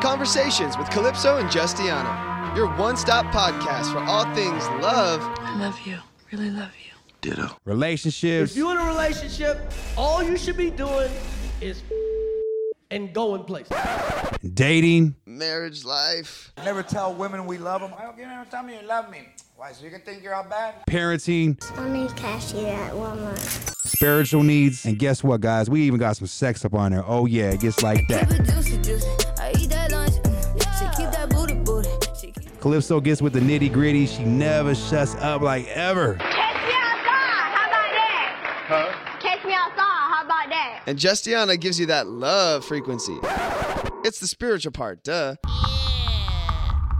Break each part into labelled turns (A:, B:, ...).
A: Conversations with Calypso and Justiana, your one stop podcast for all things love.
B: Love you. Really love you.
C: Relationships.
D: If you in a relationship, all you should be doing is and going places.
C: dating.
A: Marriage life.
E: Never tell women we love them. I don't, you never tell me you love me. Why? So you can think you're all bad?
C: Parenting,
F: How many cashier at Walmart?
C: spiritual needs, and guess what, guys? We even got some sex up on there. Oh yeah, it gets like that. Calypso gets with the nitty gritty. She never shuts up, like ever.
G: Catch me outside. How about that? Huh? Catch me outside. How about that?
A: And Justiana gives you that love frequency. It's the spiritual part, duh.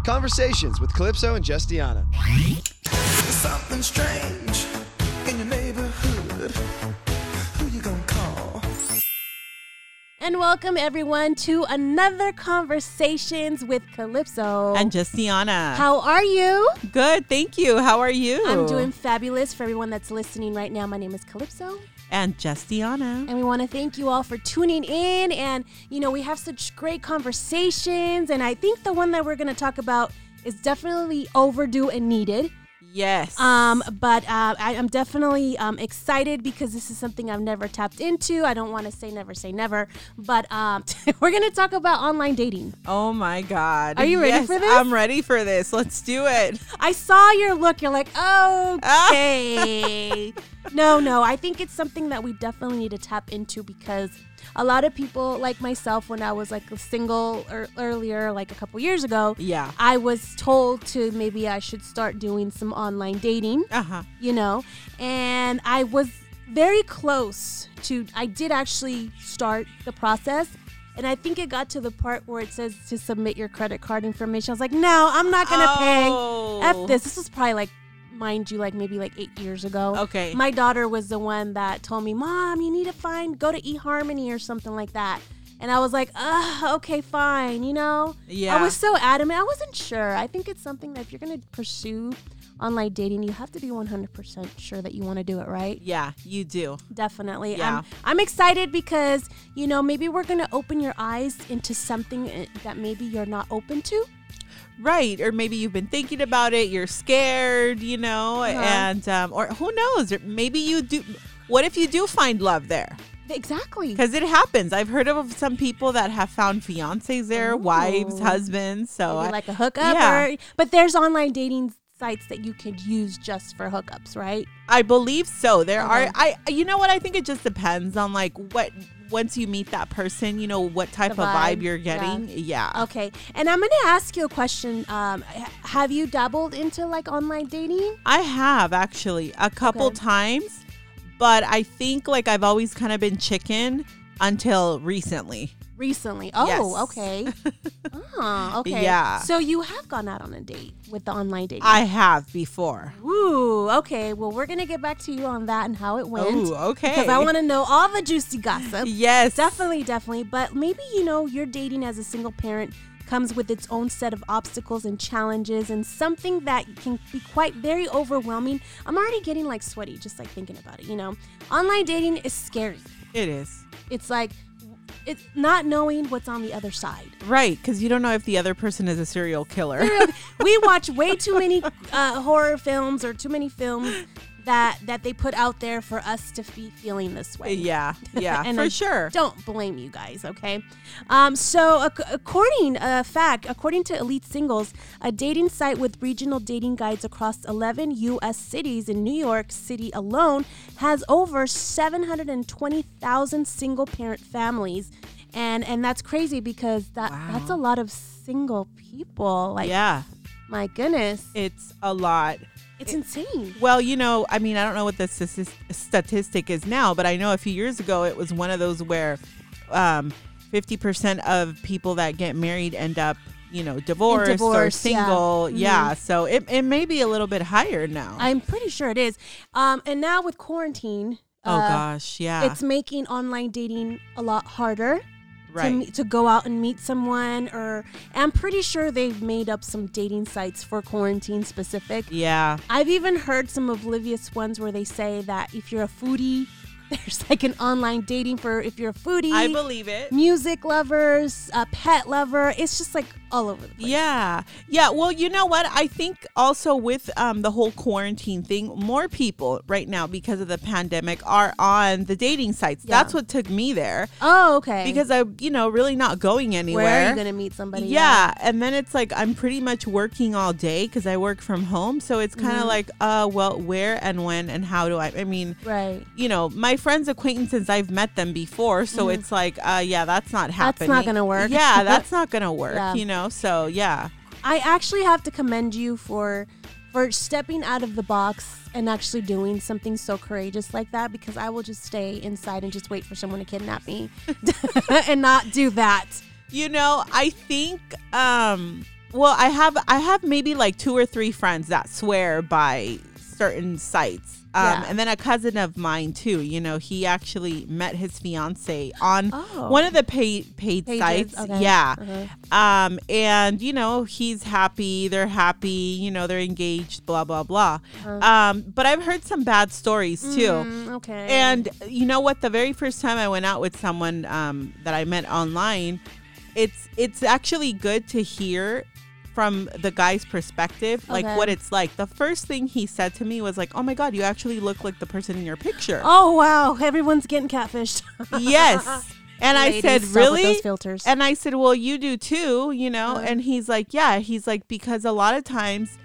A: Conversations with Calypso and Justiana.
H: Something strange in your neighborhood. Who you gonna call?
I: And welcome everyone to another Conversations with Calypso.
J: And Justiana.
I: how are you?
J: good, thank you. How are you?
I: I'm doing fabulous for everyone that's listening right now. My name is Calypso,
J: And Justiana.
I: and we want to thank you all for tuning in. And you know, we have such great conversations, and I think the one that we're going to talk about is definitely overdue and needed.
J: Yes.
I: Um, but uh, I, I'm definitely um, excited because this is something I've never tapped into. I don't want to say never say never, but um, we're going to talk about online dating.
J: oh my God.
I: Are you ready
J: Yes,
I: for this?
J: I'm ready for this. Let's do it.
I: I saw your look. You're like, okay. no, no. I think it's something that we definitely need to tap into because a lot of people, like myself, when I was like single or earlier, like a couple years ago,
J: Yeah.
I: I was told to maybe I should start doing some online dating,
J: Uh huh.
I: you know, and I was very close to. I did actually start the process. And I think it got to the part where it says to submit your credit card information. I was like, no, I'm not gonna pay. F this. This was probably like, mind you, like maybe like eight years ago.
J: Okay.
I: My daughter was the one that told me, Mom, you need to find, go to eHarmony or something like that. And I was like, Ugh, okay, fine, you know?
J: Yeah.
I: I was so adamant. I wasn't sure. I think it's something that if you're going to pursue online dating, you have to be 100% sure that you want to do it right.
J: yeah, you do.
I: Definitely.
J: Yeah.
I: I'm, I'm excited because, you know, maybe we're going to open your eyes into something eh, that maybe you're not open to.
J: Right. Or maybe you've been thinking about it. You're scared, you know,
I: Uh-huh.
J: and, um, or who knows? Or Maybe you do. What if you do find love there?
I: Exactly.
J: Because it happens. I've heard of some people that have found fiancés there, wives,
I: Ooh.
J: husbands. So
I: Maybe
J: oh, I-
I: like a hookup
J: yeah.
I: or but there's online dating sites that you could use just for hookups right
J: I believe so. There
I: Okay.
J: are I you know what I think it just depends on like what once you meet that person, you know what type
I: The
J: of vibe
I: vibe,
J: you're
I: yeah.
J: getting. Yeah.
I: okay and i'm gonna ask you a question um h- have you dabbled into like online dating
J: I have actually a couple
I: Okay.
J: times, but I think like I've always kind of been chicken until recently.
I: recently oh
J: Yes.
I: okay oh okay
J: Yeah.
I: so you have gone out on a date with the online dating
J: I have before.
I: Ooh, okay. Well, we're gonna get back to you on that and how it went.
J: Ooh, okay.
I: Because I want to know all the juicy gossip.
J: Yes.
I: Definitely, definitely. But maybe, you know, your dating as a single parent comes with its own set of obstacles and challenges and something that can be quite very overwhelming. I'm already getting like sweaty just like thinking about it, you know. Online dating is scary.
J: It is.
I: It's like it's not knowing what's on the other side.
J: Right, cuz you don't know if the other person is a serial killer.
I: we watch way too many uh, horror films or too many films that that they put out there for us to be feeling this way.
J: yeah. Yeah,
I: And
J: for
I: I
J: sure.
I: Don't blame you guys, okay? Um, so, ac- according uh, fact, according to Elite Singles, a dating site with regional dating guides across 11 U.S. cities in New York City alone has over 720,000 single parent families, and and that's crazy because that that's a lot of single people. Like,
J: yeah.
I: my goodness,
J: It's a lot.
I: it's insane.
J: Well, you know, I mean, I don't know what the statis- statistic is now, but I know a few years ago it was one of those where um, 50% of people that get married end up, you know, divorced or
I: divorce, yeah. Mm-hmm.
J: single. Yeah. So it, it may be a little bit higher now.
I: I'm pretty sure it is. Um, and now with quarantine.
J: oh,
I: uh,
J: gosh. Yeah.
I: it's making online dating a lot harder to,
J: right.
I: me- to go out and meet someone or i'm pretty sure they've made up some dating sites for quarantine specific
J: yeah.
I: i've even heard some oblivious ones where they say that if you're a foodie there's like an online dating for if you're a foodie,
J: I believe it.
I: music lovers, a pet lover. It's just like all over the place.
J: Yeah. Yeah. Well, you know what? I think also with um, the whole quarantine thing, more people right now because of the pandemic are on the dating sites.
I: Yeah.
J: That's what took me there
I: Oh, okay.
J: because I, you know, really not going anywhere.
I: where are you gonna meet somebody?
J: yeah. And then it's like I'm pretty much working all day because I work from home. So it's kind of
I: Mm-hmm.
J: like, uh, well, where and when and how do I? I mean,
I: Right.
J: you know, my friends, acquaintances, I've met them before. So it's like, uh, yeah, that's not happening.
I: Mm-hmm. gonna work.
J: Yeah, that's not going to work,
I: Yeah.
J: you know? So, yeah.
I: I actually have to commend you for for stepping out of the box and actually doing something so courageous like that because I will just stay inside and just wait for someone to kidnap me and not do that.
J: You know, I think, um, well, I have, I have maybe like two or three friends that swear by certain sites. Um,
I: Yeah.
J: And then a cousin of mine too. You know, he actually met his fiance on
I: Oh.
J: one of the paid paid
I: Pages,
J: sites.
I: okay.
J: Yeah,
I: Uh-huh.
J: Um, and you know, he's happy, they're happy, you know, they're engaged, blah, blah, blah.
I: Uh-huh.
J: Um, but I've heard some bad stories too.
I: Mm, okay.
J: And you know what? The very first time I went out with someone um, that I met online, it's it's actually good to hear from the guy's perspective, like
I: Okay.
J: what it's like. The first thing he said to me was like, "Oh my god, you actually look like the person in your picture."
I: oh wow, everyone's getting catfished.
J: yes. And I
I: Ladies,
J: said,
I: stop with
J: really?
I: those filters. Uh-huh.
J: And I said, well, you do too, you know? And he's like, yeah. He's like, because a lot of times,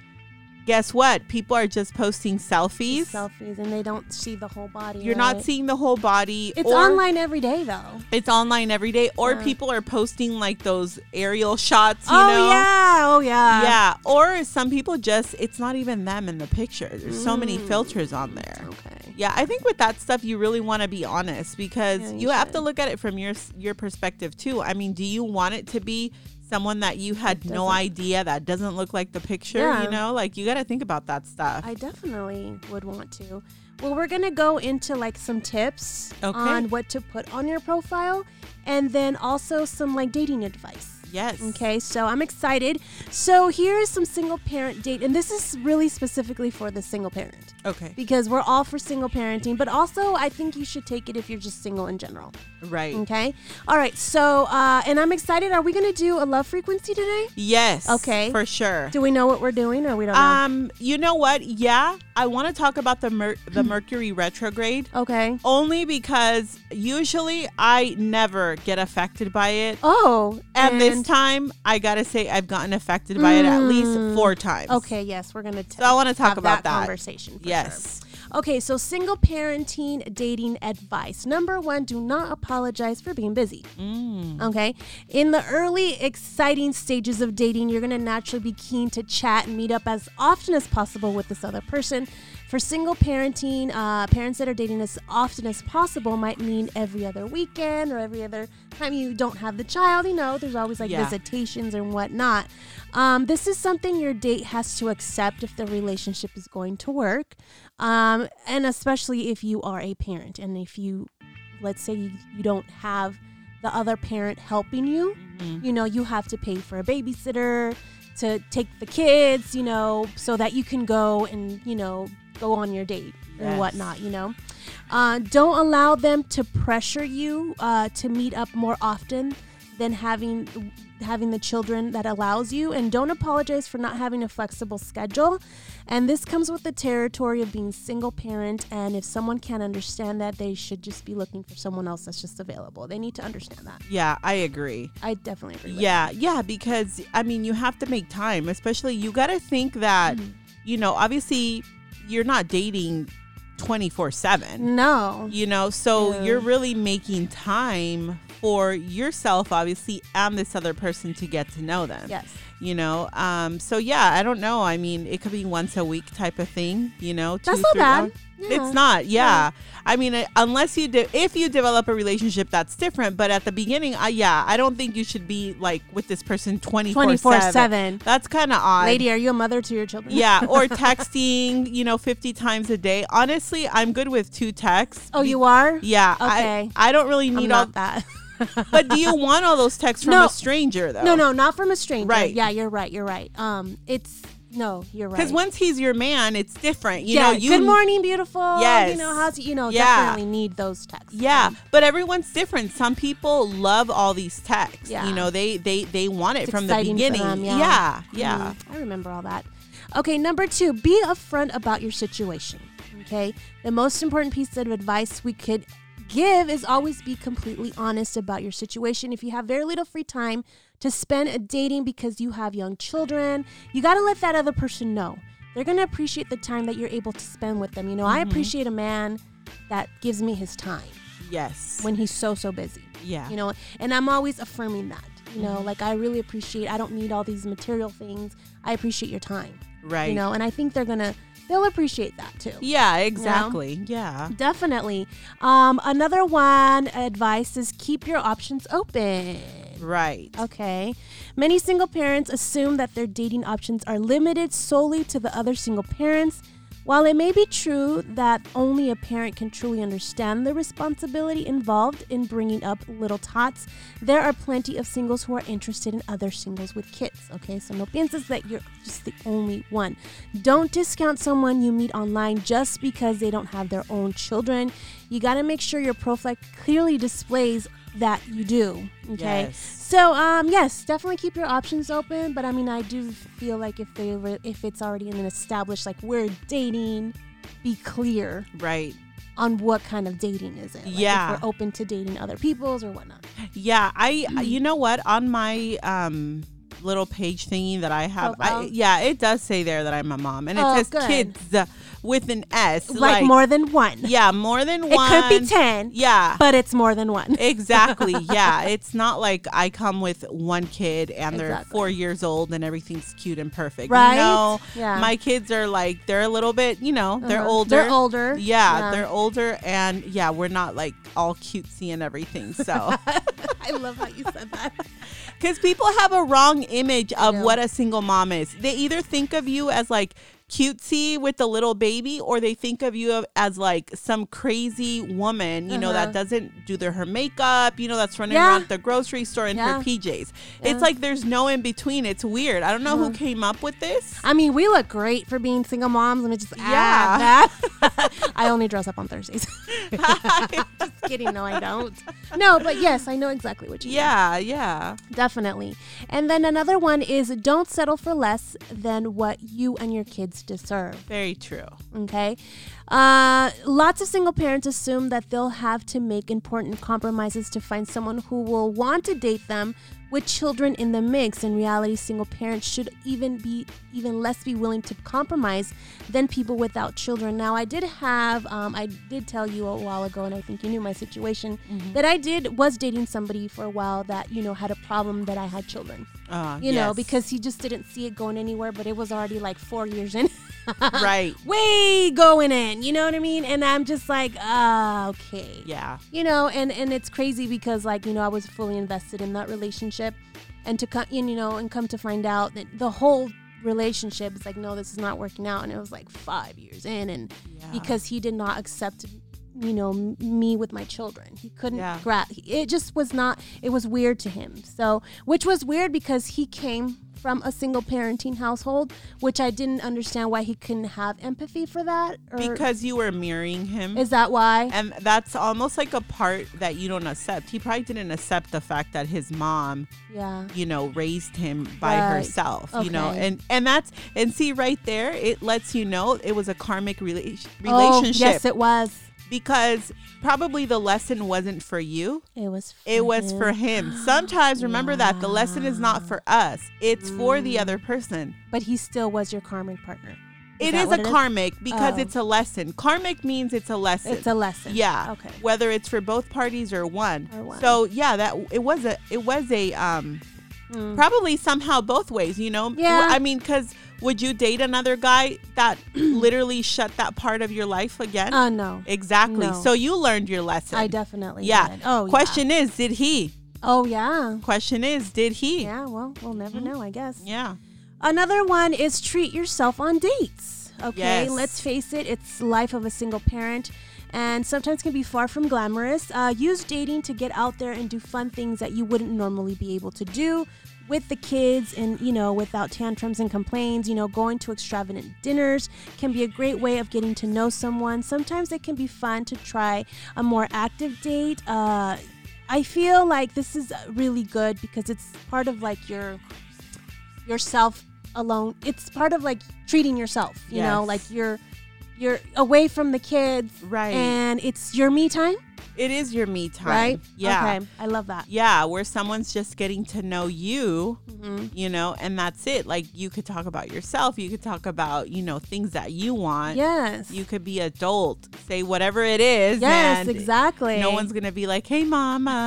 J: guess what? People are just posting selfies.
I: selfies and they don't see the whole body.
J: You're
I: right?
J: not seeing the whole body.
I: It's
J: or-
I: online every day though.
J: It's online every day. Or
I: Yeah.
J: people are posting like those aerial shots, you
I: oh
J: know?
I: yeah, oh yeah,
J: Yeah. Or some people just, it's not even them in the picture. There's so many filters on there.
I: Mm. Okay.
J: Yeah, I think with that stuff, you really want to be honest because
I: Yeah, you
J: you, have to
I: should.
J: look at it from your your perspective too. I mean, do you want it to be someone that you had no
I: doesn't-
J: idea that doesn't look like the picture?
I: Yeah.
J: You know, like you got to think about that stuff.
I: I definitely would want to. Well, we're gonna go into like some tips
J: Okay.
I: on what to put on your profile, and then also some like dating advice.
J: yes.
I: Okay, so I'm excited. So here is some single parent date, and this is really specifically for the single parent
J: Okay.
I: because we're all for single parenting, but also I think you should take it if you're just single in general.
J: Right.
I: Okay. All right. So, uh, and I'm excited. Are we gonna do a love frequency today?
J: Yes.
I: Okay.
J: For sure.
I: Do we know what we're doing, or we don't know?
J: um, you know what? Yeah, I want to talk about the mer- the Mercury retrograde.
I: okay.
J: Only because usually I never get affected by it.
I: Oh,
J: And this time, I gotta say, I've gotten affected by it at least four times.
I: Mm. Okay, yes, we're gonna. T-
J: So I wanna talk
I: have
J: about that.
I: conversation. for
J: Yes.
I: sure. Okay, so single parenting dating advice. Number one, do not apologize for being busy. Okay, in the early exciting stages of dating, you're gonna naturally be keen to chat and meet up as often as possible with this other person. For single parenting, uh, parents that are dating as often as possible might mean every other weekend or every other time you don't have the child. You know, there's always like
J: Yeah.
I: visit expectations and whatnot. Um, this is something your date has to accept if the relationship is going to work, um, and especially if you are a parent and if you, let's say, you, you don't have the other parent helping you, you know, you have to pay for a babysitter to take the kids, you know, so that you can go and you know go on your date and
J: Yes.
I: whatnot, you know. Uh, don't allow them to pressure you uh, to meet up more often than having having the children that allows you and don't apologize for not having a flexible schedule and this comes with the territory of being single parent and if someone can't understand that they should just be looking for someone else that's just available they need to understand that
J: Yeah, I agree.
I: i definitely agree with
J: Yeah, yeah, because I mean, you have to make time, especially you gotta think that,
I: Mm-hmm.
J: you know, obviously you're not dating 24
I: that.
J: 7,
I: no
J: you know, so
I: Yeah.
J: you're really making time for yourself, obviously, and this other person to get to know them.
I: yes
J: You know, um, so yeah, I don't know. I mean, it could be once a week type of thing. You know, two,
I: That's not
J: three
I: bad.
J: hours.
I: Yeah.
J: It's not. Yeah, I mean, uh, unless you de- if you develop a relationship, that's different. But at the beginning, I yeah, I don't think you should be like with this person twenty four
I: 24/7.
J: That's kind of odd.
I: lady are you a mother to your children
J: Yeah, or texting, you know, 50 times a day. Honestly, I'm good with two texts.
I: oh you are
J: Yeah,
I: Okay.
J: I, I don't really
I: i'm
J: need all
I: not that
J: But do you want all those texts from
I: No.
J: a stranger though?
I: No, no, not from a stranger.
J: Right.
I: Yeah, you're right. You're right. Um, it's No, you're right.
J: Because once he's your man, it's different. You
I: yeah,
J: know, you
I: good morning, beautiful. You
J: Yes.
I: know how to, you know,
J: Yeah.
I: definitely need those texts.
J: Yeah, but everyone's different. Some people love all these texts.
I: Yeah.
J: You know, they they they want it
I: It's
J: from the
I: exciting for
J: beginning.
I: them,
J: yeah.
I: Mhm.
J: yeah.
I: I remember all that. Okay, number two, be upfront about your situation. Okay, the most important piece of advice we could give is always be completely honest about your situation. If you have very little free time to spend a dating because you have young children, you got to let that other person know. They're going to appreciate the time that you're able to spend with them. You know, I
J: Mm-hmm.
I: appreciate a man that gives me his time
J: Yes.
I: when he's so so busy.
J: Yeah. Mm-hmm.
I: You know, and I'm always affirming that. You know, like I really appreciate I don't need all these material things. I appreciate your time.
J: Right.
I: You know, and I think they're going to they'll appreciate that too.
J: yeah. Exactly. Yeah.
I: Definitely. Um another one advice is keep your options open.
J: Right.
I: Oh. Okay. Many single parents assume that their dating options are limited solely to the other single parents. While it may be true that only a parent can truly understand the responsibility involved in bringing up little tots, there are plenty of singles who are interested in other singles with kids. Okay, so no pienses that you're just the only one. Don't discount someone you meet online just because they don't have their own children. You got to make sure your profile clearly displays that you do. Okay.
J: Yes.
I: So, um, yes, definitely keep your options open. But I mean, I do feel like if they were, if it's already in an established, like we're dating, be clear
J: Right.
I: on what kind of dating is it. Like, if
J: Yeah.
I: we're open to dating other people's or whatnot.
J: Yeah. I.
I: Mm-hmm.
J: You know what? On my um little page thingy that I have, I,
I: Profile?
J: yeah, it does say there that I'm a mom, and it
I: Oh,
J: says
I: good.
J: kids uh, with an S.
I: Like, more than one.
J: Yeah, more than
I: It
J: one.
I: could be ten.
J: Yeah.
I: But it's more than one.
J: Exactly. Yeah. It's not like I come with one kid and they're
I: Exactly.
J: four years old and everything's cute and perfect.
I: Right?
J: No.
I: Yeah.
J: My kids are like, they're a little bit, you know, they're
I: Uh-huh.
J: older.
I: They're older.
J: Yeah,
I: Yeah.
J: They're older. And yeah, we're not like all cutesy and everything. So,
I: I love how you said that.
J: because people have a wrong image of
I: know.
J: what a single mom is. They either think of you as like, Cutesy with the little baby, or they think of you as like some crazy woman, you know, that doesn't do their her makeup, you know, that's running
I: Uh-huh. Yeah.
J: around the grocery store in
I: Yeah. Uh-huh.
J: her PJs. It's like there's no in between. It's weird. I don't know who came up with this.
I: I mean, we look great for being single moms. Let me just
J: Yeah.
I: add that. I only dress up on Thursdays. just kidding. No, I don't. No, but yes, I know exactly what you mean.
J: Yeah, yeah.
I: Definitely. And then another one is don't settle for less than what you and your kids deserve.
J: Very true.
I: Okay. Uh, lots of single parents assume that they'll have to make important compromises to find someone who will want to date them with children in the mix. In reality, single parents should even be even less be willing to compromise than people without children. Now, I did have, um, I did tell you a while ago, and I think you knew my situation that I did was dating somebody for a while that you know had a problem that I had children.
J: Uh,
I: You know,
J: yes.
I: because he just didn't see it going anywhere, but it was already like four years in.
J: right.
I: way going in. You know what I mean? And I'm just like, ah, okay.
J: Yeah.
I: You know, and and it's crazy because like you know I was fully invested in that relationship, and to come you know and come to find out that the whole relationship is like no this is not working out and it was like five years in and because he did not accept you know m- me with my children he couldn't
J: Yeah.
I: grab it just was not it was weird to him so which was weird because he came from a single parenting household which i didn't understand why he couldn't have empathy for that or
J: Because you were mirroring him.
I: is that why
J: and that's almost like a part that you don't accept. He probably didn't accept the fact that his mom
I: yeah
J: you know raised him by
I: Right.
J: herself you know
I: Okay.
J: and and that's and see right there it lets you know it was a karmic rela-
I: Oh,
J: relationship
I: yes it was
J: because probably the lesson wasn't for you
I: It was. For
J: it was for
I: him.
J: him sometimes remember that the lesson is
I: Ah.
J: not for us it's for the other person
I: but he still was your karmic partner.
J: it
I: that
J: is
I: what
J: a karmic because
I: Oh.
J: it's a lesson karmic means it's a lesson
I: It's a lesson.
J: yeah
I: Okay.
J: whether it's for both parties or one,
I: Or one.
J: so yeah that it was a it was a um probably somehow both ways you know
I: Mm. Yeah.
J: i mean because would you date another guy that literally shut that part of your life again
I: Oh no.
J: exactly
I: No.
J: so you learned your lesson
I: I definitely.
J: yeah
I: did. Oh. yeah.
J: question is did he
I: Oh yeah.
J: question is did he
I: Yeah. Well, we'll never
J: Mm-hmm.
I: know. I guess.
J: yeah
I: Another one is treat yourself on dates. Okay,
J: Yes.
I: let's face it, it's life of a single parent. and sometimes can be far from glamorous. Uh, use dating to get out there and do fun things that you wouldn't normally be able to do with the kids and you know without tantrums and complaints you know going to extravagant dinners can be a great way of getting to know someone sometimes it can be fun to try a more active date uh, i feel like this is really good because it's part of like your yourself alone it's part of like treating yourself you know
J: Yes.
I: like you're you're away from the kids
J: Right.
I: and it's your me time
J: It is your me time.
I: right
J: Yeah.
I: okay i love that
J: Yeah, where someone's just getting to know you,
I: Mm-hmm.
J: you know, and that's it. Like you could talk about yourself, you could talk about, you know, things that you want.
I: yes
J: You could be adult, say whatever it is.
I: yes
J: and
I: exactly
J: No one's going to be like, hey, mama.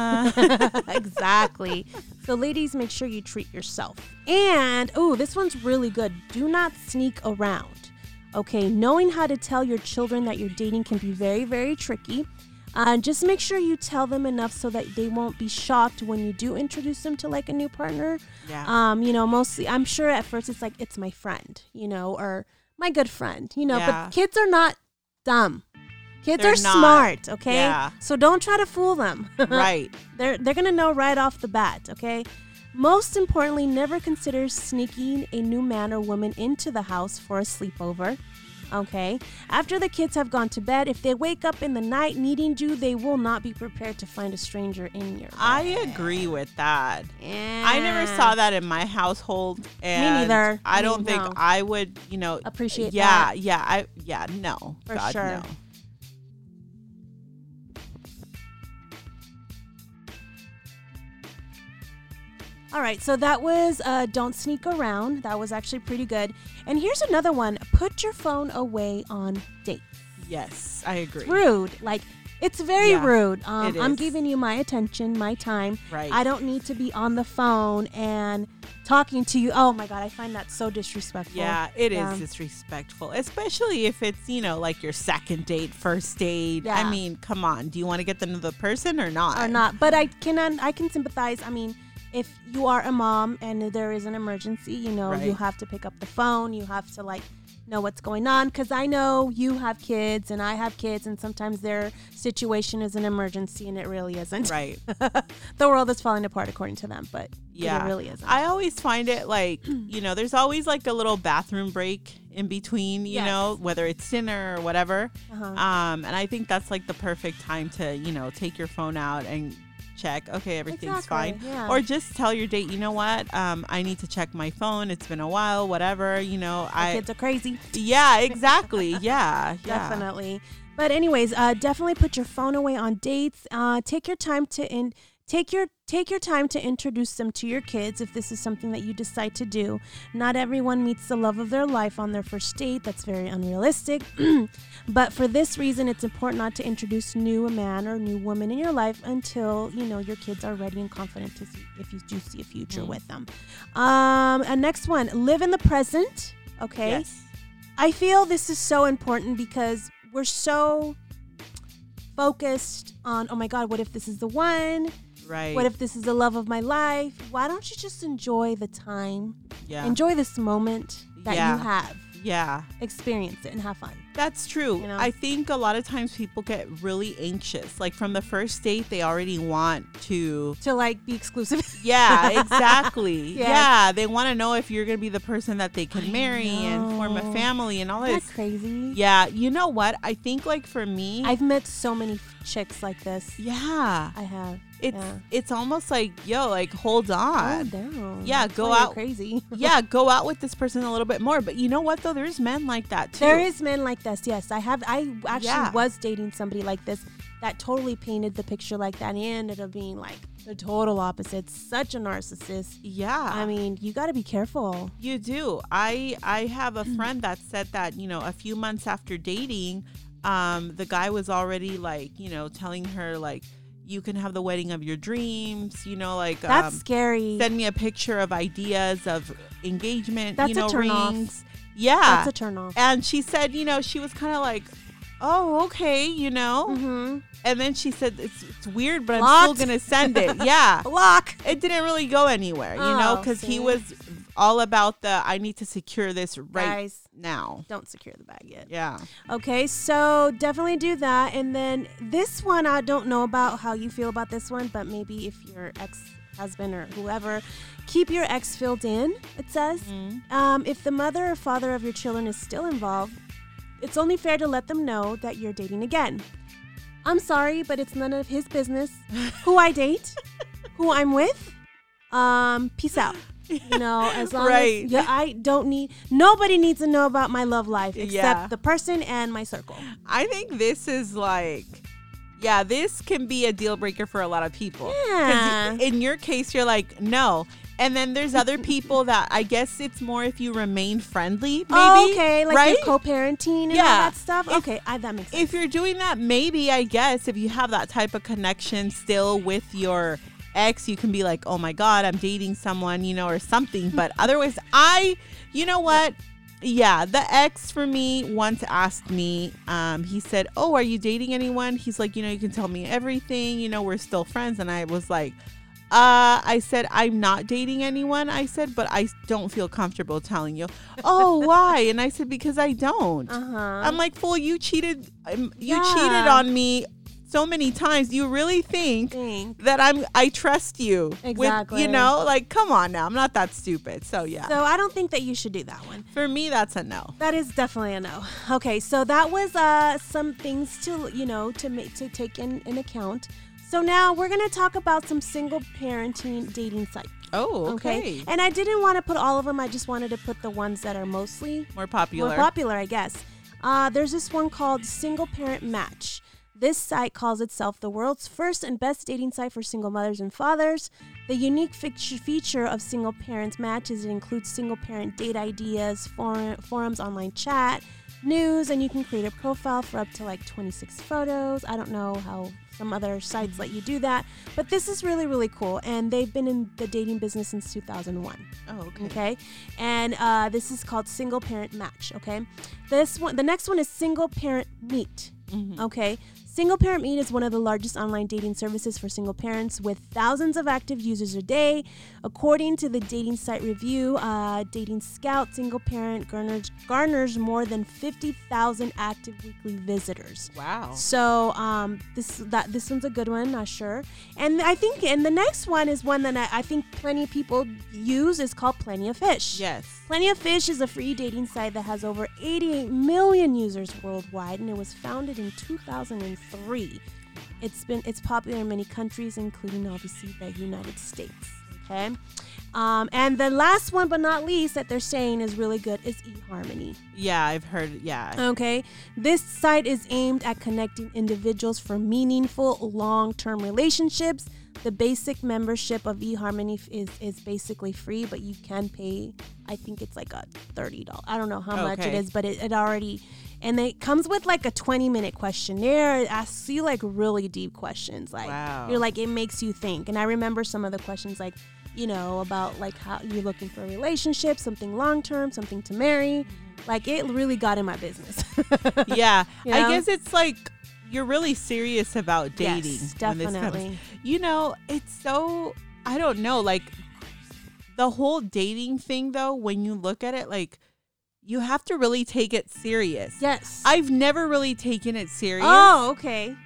I: exactly. So, ladies, make sure you treat yourself. And, oh, this one's really good. Do not sneak around. Okay, knowing how to tell your children that you're dating can be very, very tricky. Uh, just make sure you tell them enough so that they won't be shocked when you do introduce them to like a new partner.
J: Yeah.
I: Um, you know, mostly, I'm sure at first it's like, it's my friend, you know, or my good friend, you know,
J: Yeah.
I: but kids are not dumb. Kids
J: They're
I: are
J: not.
I: smart, okay?
J: Yeah.
I: So don't try to fool them.
J: right.
I: They're they're gonna know right off the bat, okay? Most importantly, never consider sneaking a new man or woman into the house for a sleepover. Okay. After the kids have gone to bed, if they wake up in the night needing you, they will not be prepared to find a stranger in your.
J: I agree with that. I never saw that in my household. And
I: neither.
J: I
I: Me,
J: don't think
I: no.
J: I would, you know,
I: Appreciate
J: yeah,
I: that.
J: Yeah, I yeah, no.
I: For
J: God,
I: sure.
J: no.
I: All right, so that was uh, Don't Sneak Around. That was actually pretty good. And here's another one Put your phone away on date.
J: Yes, I agree.
I: It's rude. Like it's very
J: Yeah,
I: rude. Um,
J: it
I: I'm
J: is.
I: giving you my attention, my time.
J: Right.
I: I don't need to be on the phone and talking to you. Oh my god, I find that so disrespectful.
J: Yeah, it is
I: Yeah.
J: disrespectful, especially if it's, you know, like your second date, first date.
I: Yeah.
J: I mean, come on. Do you want to get to know the person or not?
I: Or not, but I can un- I can sympathize. I mean, if you are a mom and there is an emergency, you know, you
J: Right.
I: have to pick up the phone. You have to like know what's going on because I know you have kids and I have kids, and sometimes their situation is an emergency and it really isn't.
J: Right.
I: the world is falling apart according to them, but
J: Yeah.
I: it really isn't.
J: I always find it like, you know, there's always like a little bathroom break in between, you
I: Yes.
J: know, whether it's dinner or whatever.
I: Uh-huh.
J: Um, and I think that's like the perfect time to, you know, take your phone out and check, okay, everything's
I: Exactly,
J: fine.
I: yeah.
J: Or just tell your date, you know what, um, I need to check my phone. It's been a while, whatever, you know, I.
I: kids are crazy.
J: Yeah, exactly. Yeah, yeah.
I: Definitely. But anyways, uh, definitely put your phone away on dates. Uh, take your time to in take your take your time to introduce them to your kids if this is something that you decide to do. Not everyone meets the love of their life on their first date. That's very unrealistic. but for this reason, it's important not to introduce new man or new woman in your life until you know your kids are ready and confident to see if you do see a future
J: Mm.
I: with them. Um, and next one, live in the present. Okay.
J: Yes.
I: I feel this is so important because we're so focused on, oh my God, what if this is the one?
J: Right.
I: What if this is the love of my life? Why don't you just enjoy the time?
J: yeah.
I: Enjoy this moment that
J: Yeah.
I: you have.
J: Yeah.
I: Experience it and have fun.
J: That's true.
I: You know?
J: I think a lot of times people get really anxious. Like from the first date, they already want to.
I: To like be exclusive.
J: Yeah, exactly.
I: Yes.
J: Yeah, they want to know if you're going to be the person that they can marry and form
I: know.
J: a family and all
I: Isn't
J: this.
I: that crazy?
J: Yeah, you know what? I think like for me,
I: I've met so many chicks like this.
J: yeah,
I: I have.
J: it's
I: yeah. Oh,
J: it's almost like yo, like hold
I: Calm
J: on.
I: down.
J: yeah,
I: That's
J: go
I: why you're
J: out.
I: Crazy.
J: yeah, go out with this person a little bit more. But you know what though? There's men like that too.
I: There is men like this. Yes, I have. I actually
J: Yeah.
I: was dating somebody like this that totally painted the picture like that, and it ended up being like the total opposite. Such a narcissist.
J: Yeah.
I: I mean, you got to be careful.
J: You do. I I have
I: Mm.
J: a friend that said that you know a few months after dating, um, the guy was already like you know telling her like you can have the wedding of your dreams. You know like um,
I: That's scary.
J: Send me a picture of ideas of engagement.
I: That's
J: you
I: a
J: know
I: turn off.
J: rings. Yeah.
I: That's a turn off.
J: and she said you know she was kind of like. Oh, okay, you know.
I: Mm-hmm.
J: And then she said, it's, it's weird, but I'm
I: Blocked.
J: still going to send it. Yeah
I: Block.
J: it didn't really go anywhere, you know,
I: Oh,
J: because he
I: see?
J: was all about the I need to secure this right
I: Guys.
J: now.
I: Don't secure the bag yet.
J: Yeah.
I: Okay, so definitely do that. And then this one, I don't know about how you feel about this one, but maybe if your ex husband or whoever, keep your ex filled in, it says. Um, if the mother or father of your children is still involved, it's only fair to let them know that you're dating again. I'm sorry, but it's none of his business who I date, who I'm with. Um, peace out. You know, as long
J: Right.
I: as yeah, I don't need nobody needs to know about my love life except
J: Yeah.
I: the person and my circle.
J: I think this is like, yeah, this can be a deal breaker for a lot of people. 'Cause
I: Yeah.
J: In your case, you're like, no. And then there's other people that I guess it's more if you remain friendly, maybe.
I: Oh, okay, like
J: right?
I: your co-parenting and all
J: Yeah.
I: that stuff. okay, I, that makes sense.
J: if you're doing that, maybe I guess if you have that type of connection still with your ex, you can be like, oh my God, I'm dating someone, you know, or something. But otherwise, I, you know what? Yeah, the ex for me once asked me, um, he said, Oh, are you dating anyone? He's like, You know, you can tell me everything. You know, we're still friends. And I was like, uh, I said, I'm not dating anyone. I said, but I don't feel comfortable telling you. Oh, why? And I said, because I don't.
I: Uh-huh.
J: I'm like, fool, you cheated. um, You
I: Yeah.
J: cheated on me so many times. You really think
I: Think.
J: that I'm? I trust you. With,
I: Exactly.
J: you know, like, come on now. I'm not that stupid. So yeah.
I: So I don't think that you should do that one.
J: for me, that's a no.
I: That is definitely a no. Okay, so that was uh, some things to you know to make to take in, in account. So now we're gonna talk about some single parenting dating sites.
J: Oh, okay.
I: And I didn't want to put all of them. I just wanted to put the ones that are mostly
J: More popular.
I: more popular, I guess. Uh, there's this one called Single Parent Match. This site calls itself the world's first and best dating site for single mothers and fathers. The unique fea- feature of Single Parents Match is it includes single parent date ideas, forum, forums, online chat, news, and you can create a profile for up to like 26 photos. I don't know how some other sites let you do that, but this is really, really cool. And they've been in the dating business since 2001
J: oh, okay.
I: okay and uh, this is called single parent match okay this one the next one is single parent meet okay single parent meet is one of the largest online dating services for single parents with thousands of active users a day according to the dating site review uh, dating scout single parent garners, garners more than 50000 active weekly visitors
J: Wow.
I: so um, this that this one's a good one, not sure. And I think and the next one is one that I, I think plenty of people use is called Plenty of Fish.
J: Yes.
I: Plenty of Fish is a free dating site that has over 88 million users worldwide, and it was founded in 2003. It's been it's popular in many countries, including obviously the United States. Okay, um, and the last one but not least that they're saying is really good is eHarmony.
J: Yeah, I've heard. Yeah.
I: Okay. This site is aimed at connecting individuals for meaningful long term relationships. The basic membership of eHarmony f- is, is basically free, but you can pay, I think it's like a $30. I don't know how much it
J: Okay.
I: is, but it, it already, and it comes with like a 20 minute questionnaire. It asks you like really deep questions. Like,
J: Wow.
I: you're like, it makes you think. And I remember some of the questions like, you know, about like how you're looking for a relationship, something long term, something to marry. Like it really got in my business.
J: yeah.
I: You
J: I
I: know?
J: guess it's like you're really serious about
I: Yes,
J: dating. when this comes-
I: definitely.
J: You know, it's so I don't know, like the whole dating thing though, when you look at it, like you have to really take it serious.
I: yes.
J: I've never really taken it serious.
I: oh, okay.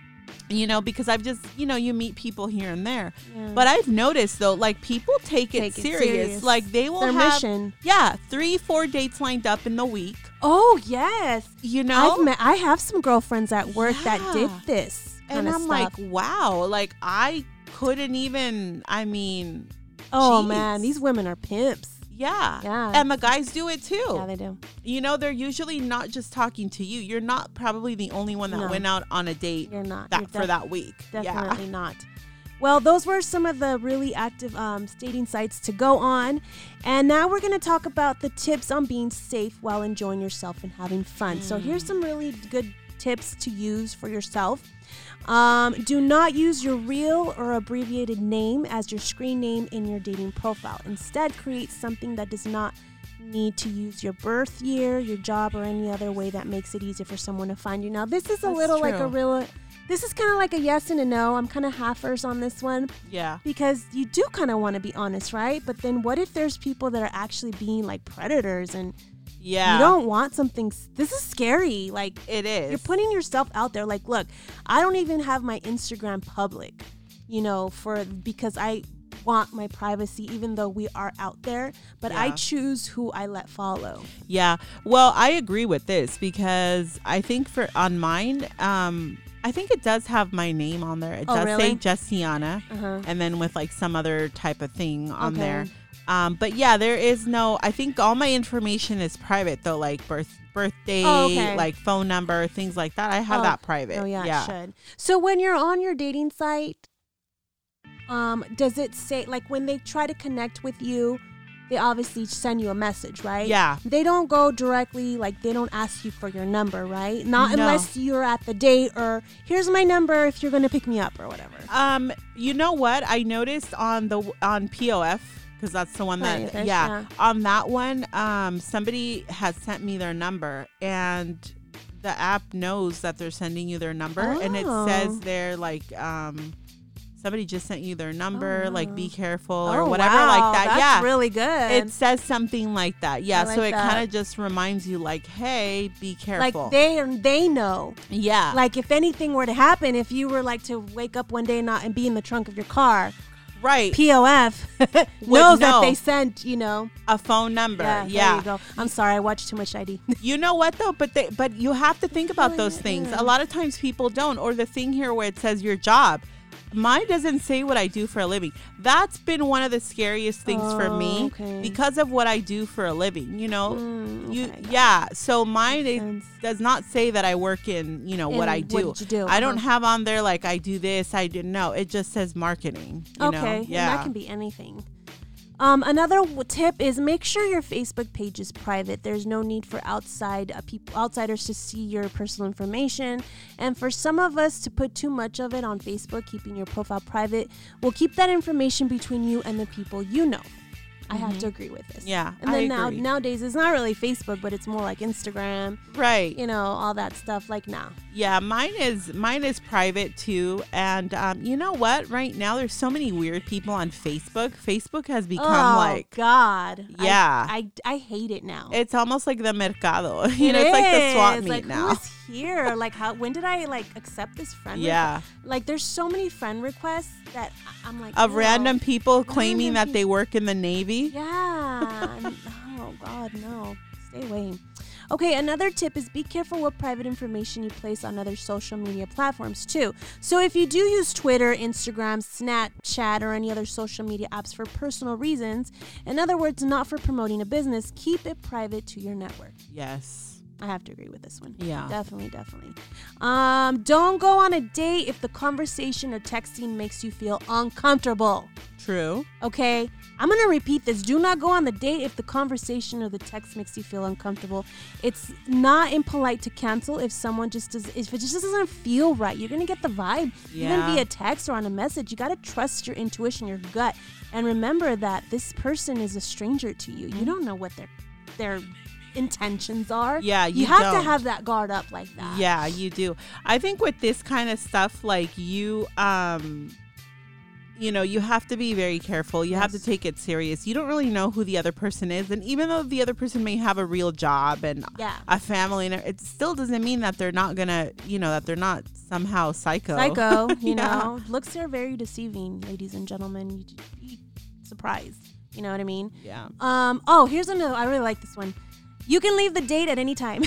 J: You know, because I've just you know, you meet people here and there.
I: Yeah.
J: But I've noticed though, like people take, it,
I: Take it
J: serious.
I: serious.
J: Like they will
I: Their
J: have
I: mission.
J: Yeah, three, four dates lined up in the week.
I: Oh, yes.
J: You know,
I: I've met. I have some girlfriends at work that did
J: Yeah.
I: this.
J: and
I: kinda
J: I'm
I: stuff.
J: like, wow, like I couldn't even. I mean,
I: oh
J: jeez.
I: man, these women are pimps.
J: yeah,
I: Yeah.
J: and the guys do it too.
I: Yeah, they do.
J: you know, they're usually not just talking to you. You're not probably the only one that
I: No.
J: went out on a date.
I: You're not.
J: that
I: You're
J: for
I: def-
J: that week.
I: Definitely not. Well, those were some of the really active um, dating sites to go on. And now we're going to talk about the tips on being safe while enjoying yourself and having fun. So, here's
J: Mm.
I: some really good tips to use for yourself. Um, do not use your real or abbreviated name as your screen name in your dating profile. Instead, create something that does not need to use your birth year, your job, or any other way that makes it easier for someone to find you. Now, this is a
J: That's
I: little like a
J: true.
I: real This is kind of like a yes and a no. I'm kind of halfers on this one
J: Yeah.
I: because you do kind of want to be honest, right? But then what if there's people that are actually being like predators and
J: Yeah.
I: you don't want something? s- This is scary. Like
J: It is.
I: You're putting yourself out there. Like, look, I don't even have my Instagram public, you know, for because I want my privacy, even though we are out there. But I
J: Yeah.
I: choose who I let follow.
J: Yeah. Well, I agree with this because I think for on mine, um, I think it does have my name on there. It
I: Oh,
J: does
I: really?
J: say Jessiana,
I: Uh-huh.
J: and then with like some other type of thing on
I: Okay.
J: there. Um, but yeah, there is no. I think all my information is private though, like birth, birthday,
I: Oh, okay.
J: like phone number, things like that. I have
I: Oh,
J: that private.
I: Oh yeah,
J: yeah.
I: it should. So when you're on your dating site, um, does it say like when they try to connect with you, they obviously send you a message, right?
J: Yeah.
I: They don't go directly like they don't ask you for your number, right? Not
J: No.
I: unless you're at the date or here's my number if you're gonna pick me up or whatever.
J: Um, you know what? I noticed on the on POF because that's the one that
I: Right,
J: yeah,
I: yeah.
J: on that one um somebody has sent me their number and the app knows that they're sending you their number and it
I: Oh.
J: says they're like um somebody just sent you their number like be careful or
I: Oh,
J: whatever
I: wow,
J: like that
I: That's
J: yeah
I: really good.
J: it says something like that yeah
I: I
J: so
I: like
J: it
I: that.
J: kind of just reminds you like hey be
I: like
J: careful
I: they they know.
J: yeah
I: Like if anything were to happen, if you were like to wake up one day and not and be in the trunk of your car,
J: right
I: POF
J: Would
I: knows that
J: know.
I: they sent, you know.
J: a phone number
I: Yeah,
J: yeah,
I: There you go. I'm sorry, I watched too much ID.
J: You know what though, but they, but you have to think about those things. A lot of times people don't. Or the thing here where it says your job, mine doesn't say what I do for a living. That's been one of the scariest things for me
I: Oh, okay. Mm,
J: because of what I do for a living. You know, you yeah. So mine it
I: sense.
J: does not say that I work in you know what
I: In
J: I
I: what
J: do.
I: did you do,
J: I don't
I: uh-huh.
J: have on there like I do this. I do no. It just says marketing. You
I: okay,
J: know?
I: and
J: yeah,
I: that can be anything. Um, another w- tip is make sure your Facebook page is private. There's no need for outside uh, people, outsiders to see your personal information. And for some of us to put too much of it on Facebook, keeping your profile private will keep that information between you and the people you know. I have to agree with this.
J: Mm-hmm. Yeah,
I: and
J: I
I: then now
J: agree.
I: nowadays it's not really Facebook, but it's more like Instagram,
J: right.
I: you know, all that stuff. Like now,
J: Yeah, mine is mine is private too, and um, you know what? Right now, there's so many weird people on Facebook. Facebook has become
I: oh,
J: like
I: God. I-
J: Yeah.
I: I, I, hate it now.
J: it's almost like the mercado. You know, it's like the swap
I: is.
J: meet
I: like,
J: now.
I: Who's here? Like how? When did I like accept this friend?
J: Yeah.
I: request? Like there's so many friend requests that I- I'm like
J: Of
I: ew.
J: random people claiming
I: Random
J: that they work in the navy.
I: Yeah. I'm- oh God, no. Stay away. Okay, another tip is be careful what private information you place on other social media platforms too. So if you do use Twitter, Instagram, Snapchat, or any other social media apps for personal reasons, in other words, not for promoting a business, keep it private to your network.
J: Yes.
I: I have to agree with this one.
J: Yeah.
I: Definitely, definitely. Um, don't go on a date if the conversation or texting makes you feel uncomfortable.
J: True.
I: Okay? I'm going to repeat this. Do not go on the date if the conversation or the text makes you feel uncomfortable. It's not impolite to cancel if someone just does if it just doesn't feel right. You're going to get the vibe. Even
J: Yeah.
I: via text or on a message, you got to trust your intuition, your gut. And remember that this person is a stranger to you.
J: Mm-hmm.
I: You don't know what their their intentions are.
J: Yeah,
I: you,
J: you
I: have to
J: don't.
I: have that guard up like that.
J: Yeah, you do. I think with this kind of stuff, like you, um, you know, you have to be very careful. You have to take it serious. You don't really know who the other person is, and even though the other person may have a real job and
I: Yeah.
J: a family, and e, it still doesn't mean that they're not gonna, you know, that they're not somehow psycho.
I: psycho. You
J: Yeah.
I: know, looks are very deceiving, ladies and gentlemen. You would be surprised. You know what I mean?
J: Yeah.
I: Um. Oh, here's another. I really like this one. You can leave the date at any time.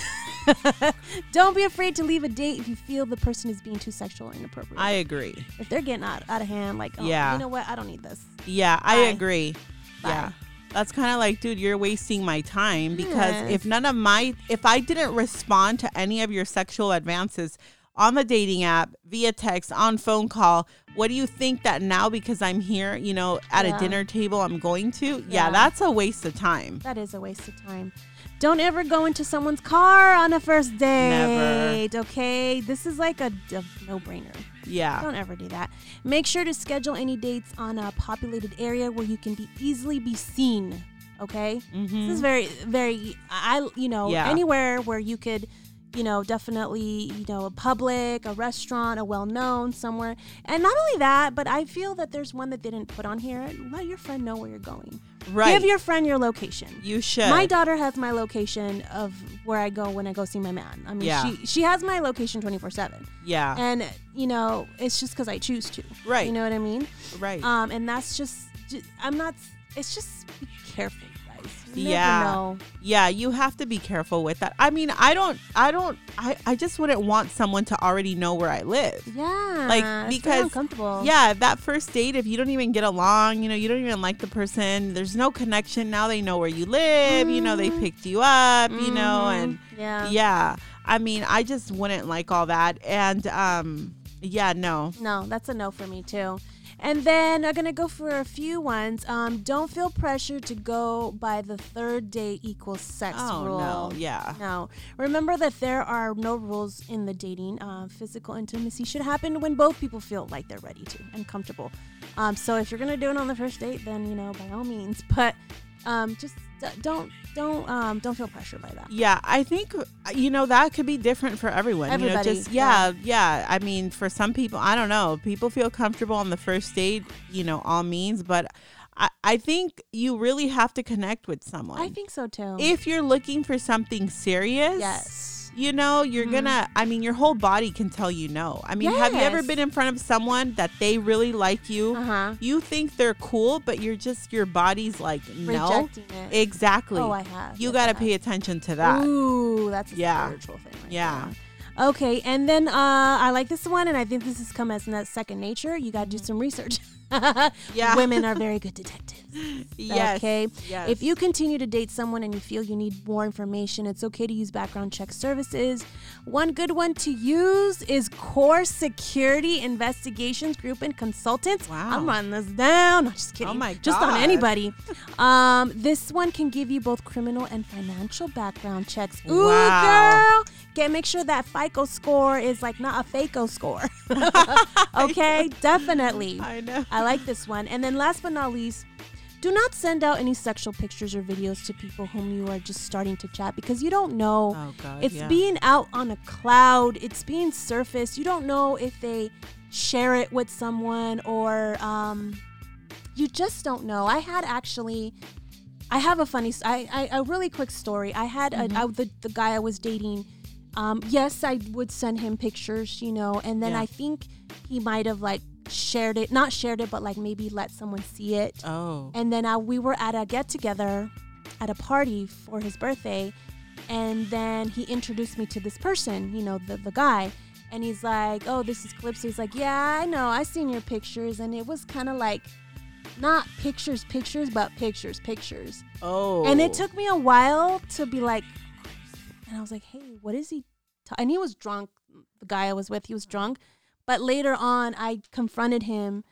I: Don't be afraid to leave a date if you feel the person is being too sexual or inappropriate.
J: I agree.
I: if they're getting out, out of hand, like, oh,
J: Yeah.
I: you know what? I don't need this.
J: Yeah, I
I: Bye.
J: agree. Yeah. That's kind of like, dude, you're wasting my time because
I: Yes.
J: if none of my, if I didn't respond to any of your sexual advances on the dating app, via text, on phone call, what do you think that now because I'm here, you know, at
I: Yeah.
J: a dinner table I'm going to? Yeah.
I: Yeah.
J: that's a waste of time.
I: That is a waste of time. Don't ever go into someone's car on a first date. Okay, this is like a d- no-brainer.
J: Yeah.
I: Don't ever do that. Make sure to schedule any dates on a populated area where you can be easily be seen. Okay, this is very, very. I, you know,
J: Mm-hmm. Yeah.
I: anywhere where you could, you know, definitely, you know, a public, a restaurant, a well known somewhere. And not only that, but I feel that there's one that they didn't put on here. Let your friend know where you're going.
J: Right.
I: Give your friend your location.
J: you should.
I: My daughter has my location of where I go when I go see my man. I mean,
J: Yeah.
I: she, she has my location 24 7.
J: Yeah.
I: And, you know, it's just because I choose to.
J: Right.
I: You know what I mean?
J: right.
I: Um, and that's just, ju- I'm not, it's just be careful, guys. You never
J: yeah.
I: know.
J: Yeah, you have to be careful with that. I mean, I don't I don't I, I just wouldn't want someone to already know where I live.
I: Yeah.
J: Like
I: Uh-huh. it's very
J: because
I: uncomfortable.
J: yeah, that first date if you don't even get along, you know, you don't even like the person, there's no connection. Now they know where you live, you know, they picked you up, you know, and
I: Mm-hmm. Yeah.
J: yeah. I mean, I just wouldn't like all that and um yeah, no.
I: No, that's a no for me too. And then I'm gonna go for a few ones. Um, don't feel pressure to go by the third date equals sex
J: Oh,
I: rule.
J: no, yeah.
I: No. Remember that there are no rules in the dating. Uh, physical intimacy should happen when both people feel like they're ready to and comfortable. Um, so if you're gonna do it on the first date, then you know by all means. But um, just d- don't don't um, don't feel pressure by that.
J: Yeah, I think you know that could be different for everyone.
I: Everybody,
J: you know, just yeah, yeah, I mean, for some people, I don't know. People feel comfortable on the first date, you know, all means, but I, I think you really have to connect with someone.
I: I think so too.
J: if you're looking for something serious,
I: Um, Yes. Mm-hmm.
J: you know, you're gonna. I mean, your whole body can tell you no. I mean, have you ever
I: Yes.
J: been in front of someone that they really like you?
I: Uh-huh.
J: You think they're cool, but you're just your body's like no.
I: Rejecting it.
J: Exactly.
I: Oh, I have.
J: You
I: Yes, I
J: gotta
I: have.
J: pay attention to that.
I: Ooh, that's a
J: Yeah.
I: spiritual thing. Right
J: Yeah.
I: there. Okay, and then uh, I like this one, and I think this has come as na- second nature. You got to do some research.
J: Mm-hmm. Yeah.
I: Women are very good detectives.
J: Yes.
I: Okay.
J: Yes.
I: If you continue to date someone and you feel you need more information, it's okay to use background check services. One good one to use is Core Security Investigations Group and Consultants.
J: Wow. Oh
I: I'm running this down. No, just kidding.
J: my
I: Just on
J: God.
I: anybody. um, this one can give you both criminal and financial background checks. Ooh,
J: Wow.
I: girl. Get, make sure that FICO score is like not a FACO score. okay, definitely.
J: I know.
I: I like this one. And then last but not least, do not send out any sexual pictures or videos to people whom you are just starting to chat because you don't know.
J: Oh, God,
I: it's
J: yeah.
I: being out on a cloud, it's being surfaced. You don't know if they share it with someone or um, you just don't know. I had actually. I have a funny, s- I, I- a really quick story. I had
J: Mm-hmm.
I: a, I- the, the guy I was dating. Um, yes, I would send him pictures, you know, and then
J: Yeah.
I: I think he might have like shared it, not shared it, but like maybe let someone see it.
J: Oh.
I: And then uh, we were at a get together at a party for his birthday. And then he introduced me to this person, you know, the, the guy. And he's like, oh, this is Calypso. He's like, yeah, I know. I seen your pictures. And it was kind of like, not pictures, pictures, but pictures, pictures.
J: Oh.
I: And it took me a while to be like, and I was like, hey, what is he? ta-" and he was drunk. The guy I was with, he was drunk. But later on, I confronted him,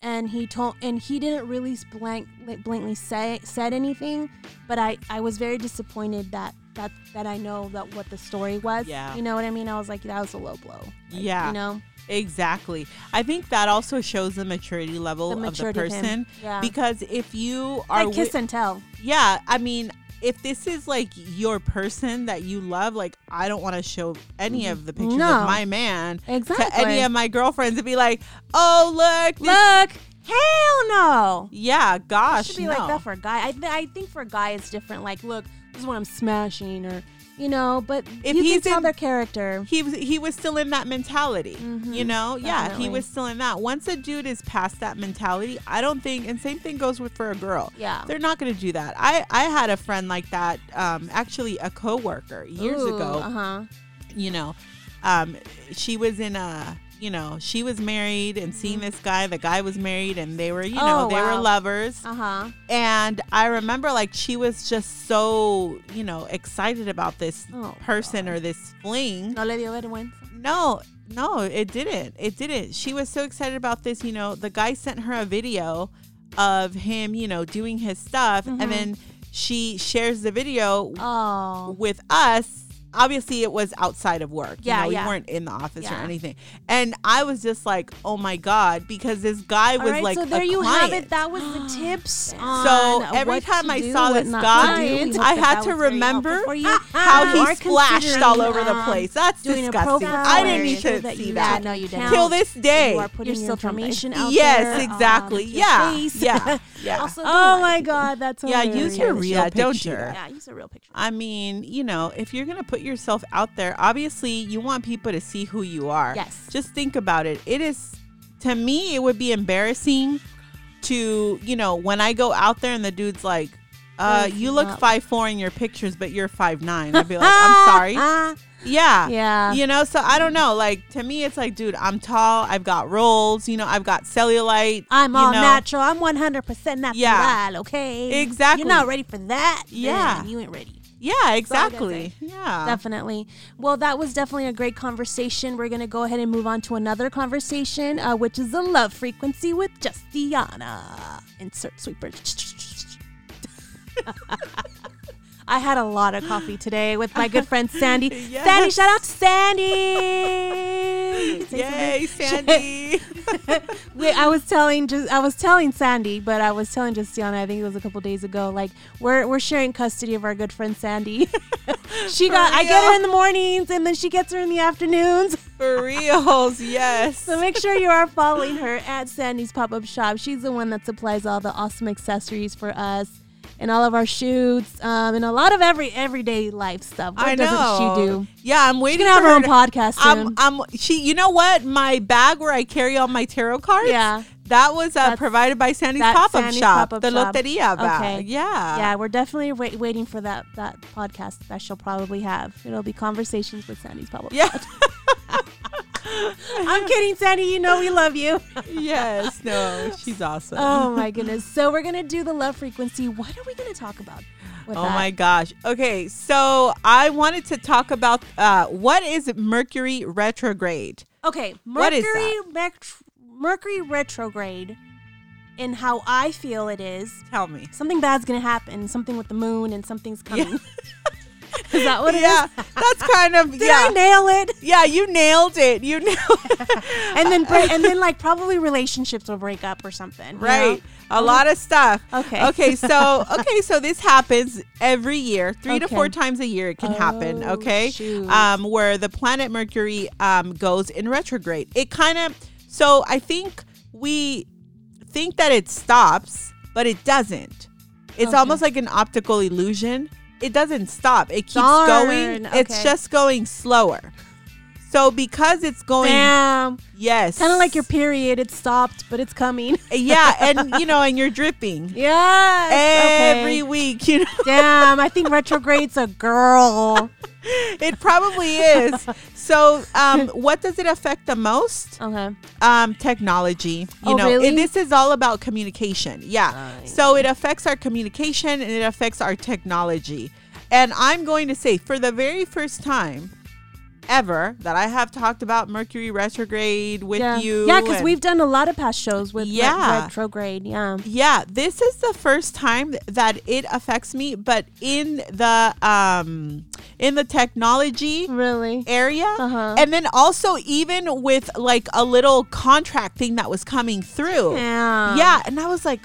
I: and he told, and he didn't really s- blank, blankly say said anything. But I, I was very disappointed that that that I know that what the story was.
J: Yeah.
I: You know what I mean? I was like, that was a low blow. Like,
J: Yeah.
I: You know.
J: Exactly. I think that also shows the maturity level
I: The maturity
J: of
I: of
J: the
I: him.
J: person.
I: Yeah.
J: Because if you are
I: Like
J: wi-
I: kiss and tell.
J: yeah, I mean, if this is like your person that you love, like I don't want to show any of the pictures
I: No.
J: of my man to
I: Exactly.
J: any of my girlfriends and be like, oh look, this-
I: Look, hell no.
J: yeah, gosh,
I: should be
J: no.
I: like that for a guy. I, th- I think for a guy it's different. Like, look, this is what I'm smashing, or you know. But
J: If
I: you
J: he's
I: can tell
J: in-
I: their character.
J: he was he was still in that mentality. you know, yeah,
I: Mm-hmm. definitely.
J: he was still in that. Once a dude is past that mentality, I don't think. And same thing goes with for a girl.
I: Yeah.
J: they're not gonna do that. I I had a friend like that. Um, actually, a coworker years ago.
I: Uh huh.
J: You know, um, she was in a. You know, she was married and seeing this guy. The guy was married, and they were, you know,
I: Mm-hmm. Oh,
J: they were
I: wow.
J: lovers.
I: Uh huh.
J: And I remember like she was just so, you know, excited about this
I: Oh,
J: person or this fling.
I: No le dio vergüenza.
J: No, no, it didn't. It didn't. She was so excited about this. You know, the guy sent her a video of him, you know, doing
I: Mm-hmm.
J: his stuff, and then she shares the video
I: Oh.
J: with us obviously it was outside of work. You
I: Yeah,
J: know, we
I: yeah.
J: weren't in the office or
I: Yeah.
J: anything. And I was just like, oh my god, because this guy was
I: All right,
J: like,
I: so there
J: a
I: you
J: client.
I: have it. That was the tips.
J: So
I: on uh,
J: every
I: what
J: time
I: to
J: I
I: do,
J: saw
I: what
J: this
I: not to
J: guy,
I: do. We hope
J: I
I: that
J: had
I: that
J: to
I: was very
J: remember
I: helpful for you.
J: how
I: Are
J: he splashed all
I: considering,
J: over the
I: um,
J: place. That's
I: doing a
J: disgusting.
I: profile
J: I didn't need
I: picture
J: to
I: that
J: see
I: you
J: that.
I: don't know you didn't.
J: Till this day.
I: You are putting your information out
J: Yes,
I: there.
J: exactly.
I: um, your
J: Yeah,
I: face.
J: yeah, yeah.
I: Also,
J: Oh
I: oh my God, that's
J: Yeah, use your
I: hilarious.
J: real
I: Don't
J: picture.
I: do that. Yeah, use a real picture.
J: I mean, you know, if you're going to put yourself out there, obviously you want people to see who you are.
I: Yes.
J: Just think about it. It is, to me, it would be embarrassing to, you know, when I go out there and the dude's like, uh,
I: That's
J: you look
I: not-
J: five four in your pictures, but you're five nine. I'd be like, I'm sorry.
I: Ah,
J: Yeah.
I: Yeah.
J: You know, so I don't know. Like to me, it's like, dude, I'm tall. I've got rolls. You know, I've got cellulite.
I: I'm
J: you
I: all
J: know.
I: natural. I'm 100% natural.
J: Yeah.
I: Okay.
J: Exactly.
I: You're not ready for that. then
J: Yeah.
I: you ain't ready.
J: Yeah,
I: all I gotta
J: exactly.
I: say.
J: Yeah.
I: Definitely. Well, that was definitely a great conversation. We're going to go ahead and move on to another conversation, uh, which is the love frequency with Justiana. Insert sweeper. I had a lot of coffee today with my good friend Sandy.
J: Yes.
I: Sandy, shout out to Sandy. You can say
J: Yay,
I: something.
J: Sandy.
I: Wait, I was telling just I was telling Sandy, but I was telling Justiana, I think it was a couple days ago, like we're we're sharing custody of our good friend Sandy. she got I get her
J: real?
I: in the mornings and then she gets her in the afternoons.
J: For reals, yes.
I: So make sure you are following her at Sandy's Pop Up Shop. She's the one that supplies all the awesome accessories for us and all of our shoots um, and a lot of every everyday life stuff. What
J: I
I: doesn't
J: know.
I: she do?
J: Yeah, I'm waiting
I: She's gonna have
J: for
I: her own
J: to-
I: podcast soon.
J: I'm, I'm, she, you know what? My bag where I carry all my tarot cards.
I: Yeah.
J: That was uh,
I: That's-
J: provided by Sandy's
I: that
J: pop-up
I: Sandy's
J: shop,
I: pop-up
J: the
I: shop.
J: Loteria bag.
I: Okay.
J: Yeah.
I: yeah, we're definitely wait, waiting for that that podcast that she'll probably have. It'll be conversations with Sandy's Pop Up.
J: Yeah.
I: I'm kidding, Sandy. You know we love you.
J: yes. No, she's awesome.
I: Oh my goodness. So we're gonna do the love frequency. What are we gonna talk about? With
J: Oh
I: that?
J: my gosh. Okay, so I wanted to talk about uh, what is Mercury retrograde?
I: Okay,
J: What is
I: Mercury mect- Mercury retrograde, and how I feel it is.
J: Tell me.
I: Something bad's gonna happen. Something with the moon and something's coming. is that what it is?
J: Yeah, that's kind of
I: Did
J: yeah.
I: I nail it?
J: yeah, you nailed it. You nailed it.
I: And then, bre- and then, like probably relationships will break up or something. you know?
J: right. A lot of stuff.
I: Mm-hmm. Okay.
J: Okay, so okay, so this happens every year. 3 to
I: Okay.
J: 4 times a year it can happen,
I: Oh,
J: okay?
I: shoot.
J: Um where the planet Mercury um goes in retrograde. It kind of so I think we think that it stops, but it doesn't. It's
I: Okay.
J: almost like an optical illusion. It doesn't stop. It keeps going.
I: Darn,
J: It's
I: okay.
J: just going slower. So because it's going
I: Damn.
J: yes.
I: Kind of like your period. It stopped, but it's coming.
J: Yeah, and you know, and you're dripping
I: Yes.
J: every
I: okay.
J: week, you know.
I: Damn. I think retrograde's a girl.
J: It probably is. so, um, what does it affect the most?
I: Okay.
J: Um, technology. You
I: Oh,
J: know,
I: really?
J: and this is all about communication. Yeah. So it affects our communication and it affects our technology. And I'm going to say, for the very first time ever that I have talked about Mercury retrograde with
I: yeah.
J: you,
I: Yeah, because
J: and-
I: we've done a lot of past shows with re-
J: Yeah.
I: retrograde. Yeah.
J: Yeah, this is the first time that it affects me, but in the um in the technology
I: Hmm. Really.
J: area
I: Uh-huh.
J: and then also even with like a little contract thing that was coming through.
I: Damn.
J: Yeah, and I was like,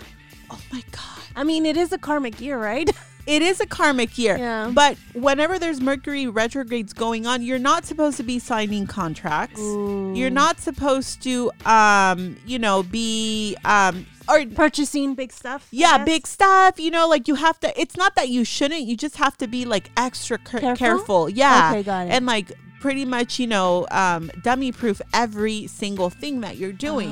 J: "Oh my god.
I: I mean, it is a karmic year, right?
J: It is a karmic year."
I: Yeah.
J: But whenever there's Mercury retrogrades going on, you're not supposed to be signing contracts. You're not supposed to um, you know, be um or
I: Purchasing big stuff. I
J: yeah
I: guess.
J: big stuff you know like you have to it's not that you shouldn't you just have to be like extra car-
I: Careful?
J: careful? yeah
I: Okay, got it.
J: and like pretty much you know um, dummy proof every single thing that you're doing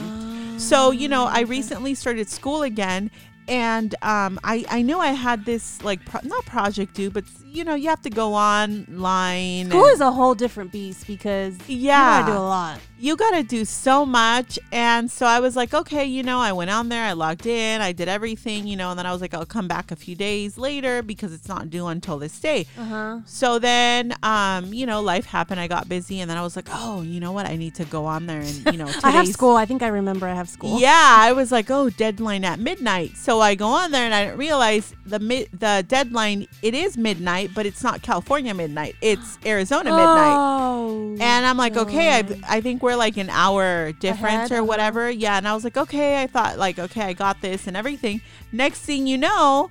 J: so you know
I: Ah,
J: i recently started school again and um, I, I knew I had this like pro- not project due, but you know you have to go online.
I: School
J: and-
I: is a whole different beast because
J: Yeah.
I: you gotta do a lot.
J: you got to do so much. And so I was like, okay, you know, I went on there, I logged in, I did everything, you know, and then I was like, I'll come back a few days later because it's not due until this day. Uh-huh. So then, um, you know, life happened. I got busy, and then I was like, oh, you know what? I need to go on there and, you know,
I: I have
J: today's-
I: school. I think I remember I have school.
J: yeah, I was like, oh, deadline at midnight. So I go on there and I didn't realize the mi- the deadline. It is midnight, but it's not California midnight. It's Arizona midnight.
I: Oh.
J: And I'm like, okay, I, I think we're like an hour difference
I: Ahead,
J: or
I: uh-huh.
J: whatever. Yeah. And I was like, okay, I thought like, okay, I got this and everything. Next thing you know,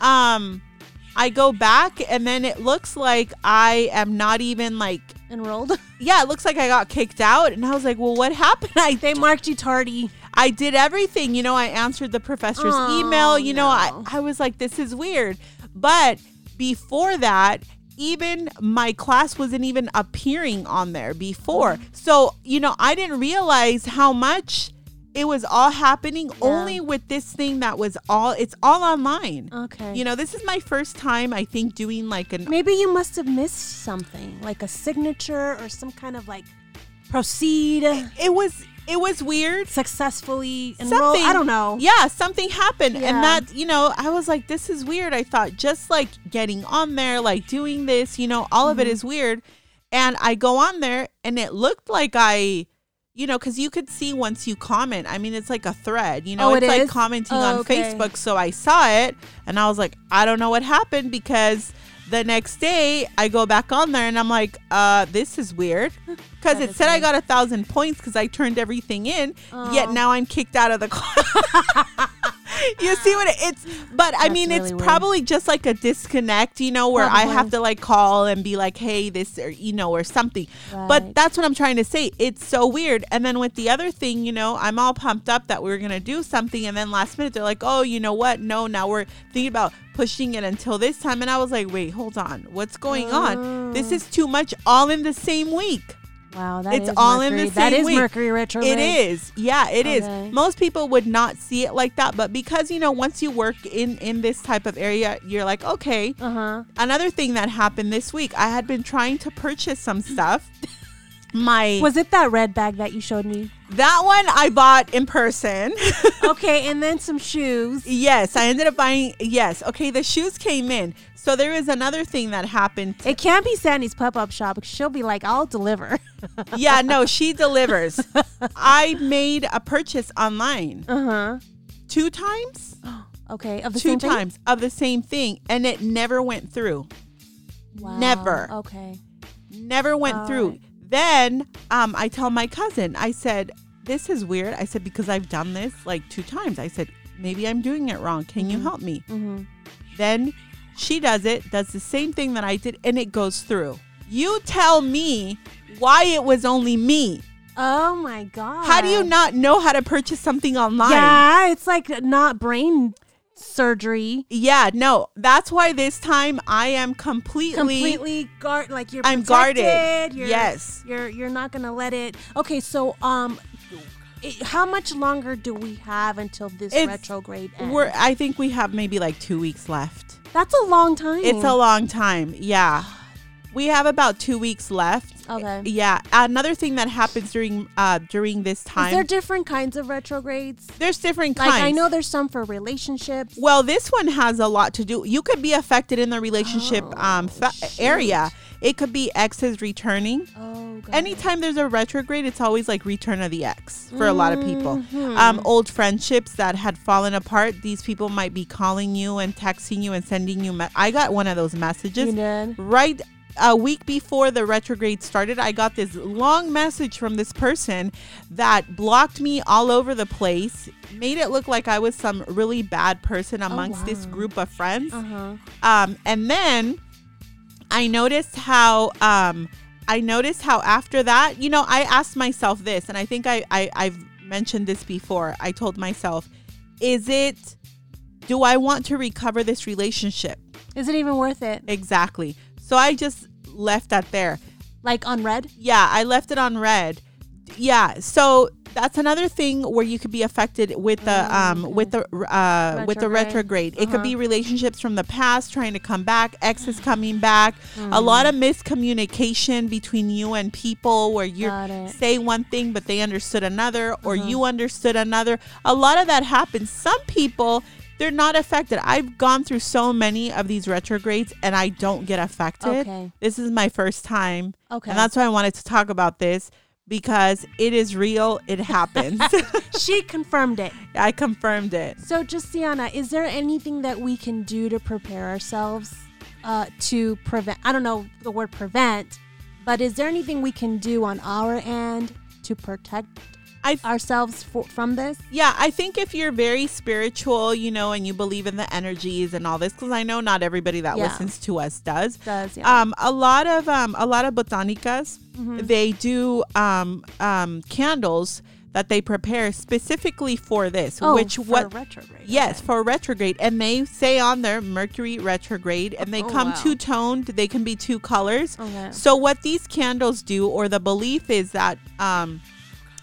J: um, I go back and then it looks like I am not even like,
I: enrolled.
J: yeah, it looks like I got kicked out. And I was like, well, what happened? I
I: they marked you tardy.
J: I did everything. You know, I answered the professor's
I: Oh,
J: email. You know, I,
I: no.
J: I was like, this is weird. But before that, even my class wasn't even appearing on there before. So, you know, I didn't realize how much it was all happening only with this thing that was all, it's all online.
I: Okay.
J: You know, this is my first time, I think, doing like an
I: Maybe you must have missed something, like a signature or some kind of like proceed
J: it was it was weird
I: successfully enroll. I don't know.
J: Yeah, something happened.
I: Yeah.
J: And that, you know, I was like, this is weird. I thought just like getting on there, like doing this, you know, all of
I: Mm-hmm.
J: it is weird. And I go on there and it looked like I, you know, because you could see once you comment. I mean, it's like a thread, you know,
I: Oh,
J: it's
I: it
J: like
I: is?
J: commenting
I: Oh,
J: on
I: okay.
J: Facebook. So I saw it and I was like, I don't know what happened because. The next day, I go back on there and I'm like, uh, this is weird. Because it said I got a thousand points because I turned everything in,
I: Oh.
J: yet now I'm kicked out of the class. you see what it- it's but i
I: That's
J: mean it's
I: really weird.
J: probably just like a disconnect you know where i have
I: Probably.
J: to like call and be like hey this or you know or something but
I: Right.
J: that's what i'm trying to say it's so weird and then with the other thing you know i'm all pumped up that we were gonna do something and then last minute they're like oh you know what no now we're thinking about pushing it until this time and i was like wait hold on what's going on this is too much all in the same week
I: Wow, that
J: it's
I: is
J: all
I: Mercury.
J: in the same
I: That is
J: week.
I: Mercury retrograde.
J: It is, yeah, it is.
I: Okay.
J: Most people would not see it like that, but because you know, once you work in in this type of area, you're like, okay.
I: Uh huh.
J: Another thing that happened this week, I had been trying to purchase some stuff. My
I: Was it that red bag that you showed me?
J: that one I bought in person.
I: okay, and then some shoes.
J: yes, I ended up buying. Yes, okay, the shoes came in. So there is another thing that happened.
I: It can't be Sandy's pop up shop. She'll be like, I'll deliver.
J: yeah, no, she delivers. I made a purchase online
I: Uh huh.
J: two times.
I: Okay, of the
J: two
I: same thing?
J: times of the same thing and it never went through
I: Wow.
J: Never.
I: Okay.
J: never went
I: All
J: through
I: right.
J: then um, i tell my cousin i said this is weird i said because i've done this like two times i said maybe i'm doing it wrong can
I: Mm-hmm.
J: you help me then she does it does the same thing that i did and it goes through you tell me why it was only me
I: Oh my god.
J: how do you not know how to purchase something online
I: Yeah, it's like not brain surgery.
J: Yeah, no that's why this time i am completely
I: Completely guard like you're
J: I'm guarded.
I: protected, You're,
J: Yes.
I: You're you're not gonna let it Okay, so um it, how much longer do we have until this
J: It's-
I: retrograde ends?
J: We're, I think we have maybe like two weeks left.
I: That's a long time.
J: It's a long time. Yeah. We have about two weeks left.
I: Okay.
J: Yeah. Another thing that happens during uh during this
I: Is there
J: time,
I: different kinds of retrogrades?
J: there's different
I: Like
J: kinds.
I: I know there's some for relationships.
J: Well, this one has a lot to do. You could be affected in the relationship um fa- area. It could be exes returning.
I: Oh god.
J: Anytime there's a retrograde, it's always like return of the ex for a lot of people. Um, old friendships that had fallen apart, these people might be calling you and texting you and sending you. Me- I got one of those messages
I: You did?
J: right a week before the retrograde started. I got this long message from this person that blocked me all over the place, made it look like I was some really bad person amongst this group of friends. Um, and then. I noticed how um I noticed how after that, you know, I asked myself this, and I think I, I I've mentioned this before. I told myself, is it do I want to recover this relationship?
I: Is it even worth it?
J: Exactly. So I just left that there.
I: Like on red?
J: Yeah, I left it on red. Yeah. So that's another thing where you could be affected with
K: Mm.
J: the um with the uh with the retrograde. It could
K: Uh-huh.
J: be relationships from the past trying to come back, exes coming back,
K: Mm.
J: a lot of miscommunication between you and people where you
K: Got it. Uh-huh.
J: say one thing but they understood another or you understood another. A lot of that happens. Some people they're not affected. I've gone through so many of these retrogrades and I don't get affected.
K: Okay.
J: This is my first time.
K: Okay.
J: And that's why I wanted to talk about this because it is real. It happens.
I: She confirmed it.
J: I confirmed it.
I: So, Justiana, is there anything that we can do to prepare ourselves uh, to prevent? I don't know the word prevent, but is there anything we can do on our end to protect
J: I
I: ourselves for, from this?
J: yeah, I think if you're very spiritual, you know, and you believe in the energies and all this, because I know not everybody that
I: Yeah.
J: listens to us does.
I: Does, yeah. Mm-hmm.
J: Um, a lot of um, a lot of botanicas, they do um, um, candles that they prepare specifically for this. which
I: Oh, for
J: what
I: retrograde?
J: Yes, for retrograde. And they say on there Mercury retrograde and they
I: Oh,
J: come
I: wow.
J: two toned. They can be two colors.
I: Okay.
J: So what these candles do or the belief is that um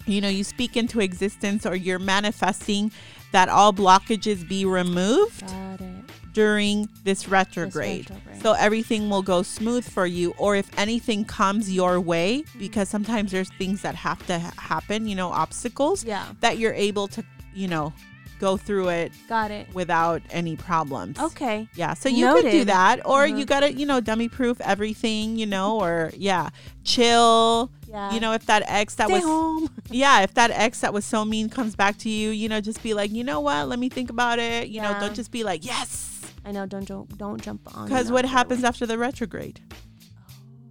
J: you know, you speak into existence or you're manifesting that all blockages be removed
I: Got it.
J: during this retrograde.
I: retrograde.
J: So everything will go smooth for you, or if anything comes your way,
I: Mm-hmm.
J: because sometimes there's things that have to ha- happen, you know, obstacles
I: Yeah.
J: that you're able to, you know, go through it
I: Got it.
J: without any problems.
I: Okay.
J: Yeah, so you could do
I: Noted. Mm-hmm. Uh-huh.
J: that, or you gotta, you know, dummy proof everything, you know, or yeah, chill.
I: Yeah.
J: You know, if that ex that
I: Stay
J: was
I: home.
J: yeah, if that ex that was so mean comes back to you, you know, just be like, you know what, let me think about it. You know,
I: Yeah.
J: don't just be like, yes.
I: I know. Don't jump. Don't jump on.
J: Because
I: and
J: what
I: off right
J: happens
I: away.
J: after the retrograde?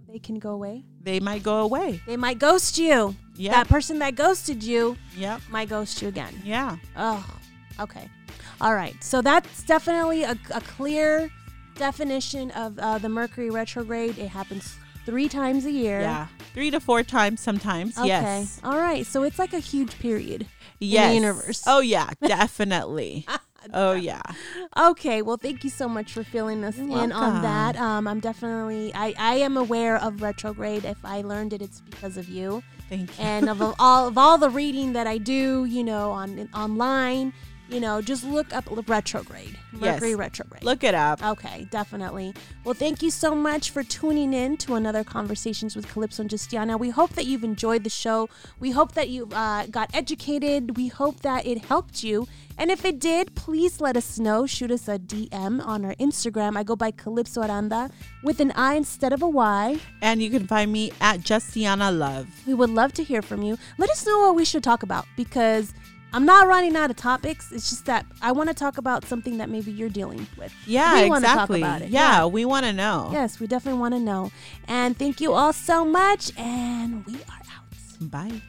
I: They can go away.
J: They might go away.
I: They might ghost you.
J: Yeah.
I: That person that ghosted you
J: Yep.
I: might ghost you again.
J: Yeah.
I: Oh, okay. All right. So that's definitely a, a clear definition of uh, the Mercury retrograde. It happens three times a year.
J: Yeah. Three to four times sometimes.
I: Okay.
J: Yes.
I: All right. So it's like a huge period
J: Yes.
I: in the universe.
J: Oh, yeah. Definitely. oh, yeah.
I: Okay, well, thank you so much for filling us in on
J: welcome.
I: that. Um, I'm definitely, I, I am aware of retrograde. If I learned it, it's because of you.
J: Thank you.
I: And um, of all of all the reading that I do, you know, on online, you know, just look up retrograde,
J: Yes.
I: Mercury retrograde. Oh.
J: Look it up.
I: Okay, definitely. Well, thank you so much for tuning in to another Conversations with Calypso and Justiana. We hope that you've enjoyed the show. We hope that you uh, got educated. We hope that it helped you. And if it did, please let us know. Shoot us a DM on our Instagram. I go by Calypso Aranda with an I instead of a Y.
J: And you can find me at Justiana Love.
I: We would love to hear from you. Let us know what we should talk about because I'm not running out of topics. It's just that I want to talk about something that maybe you're dealing with.
J: Yeah,
I: we wanna
J: exactly.
I: talk about it.
J: Yeah, we want to know.
I: Yes, we definitely want to know. And thank you all so much. And we are out.
J: Bye.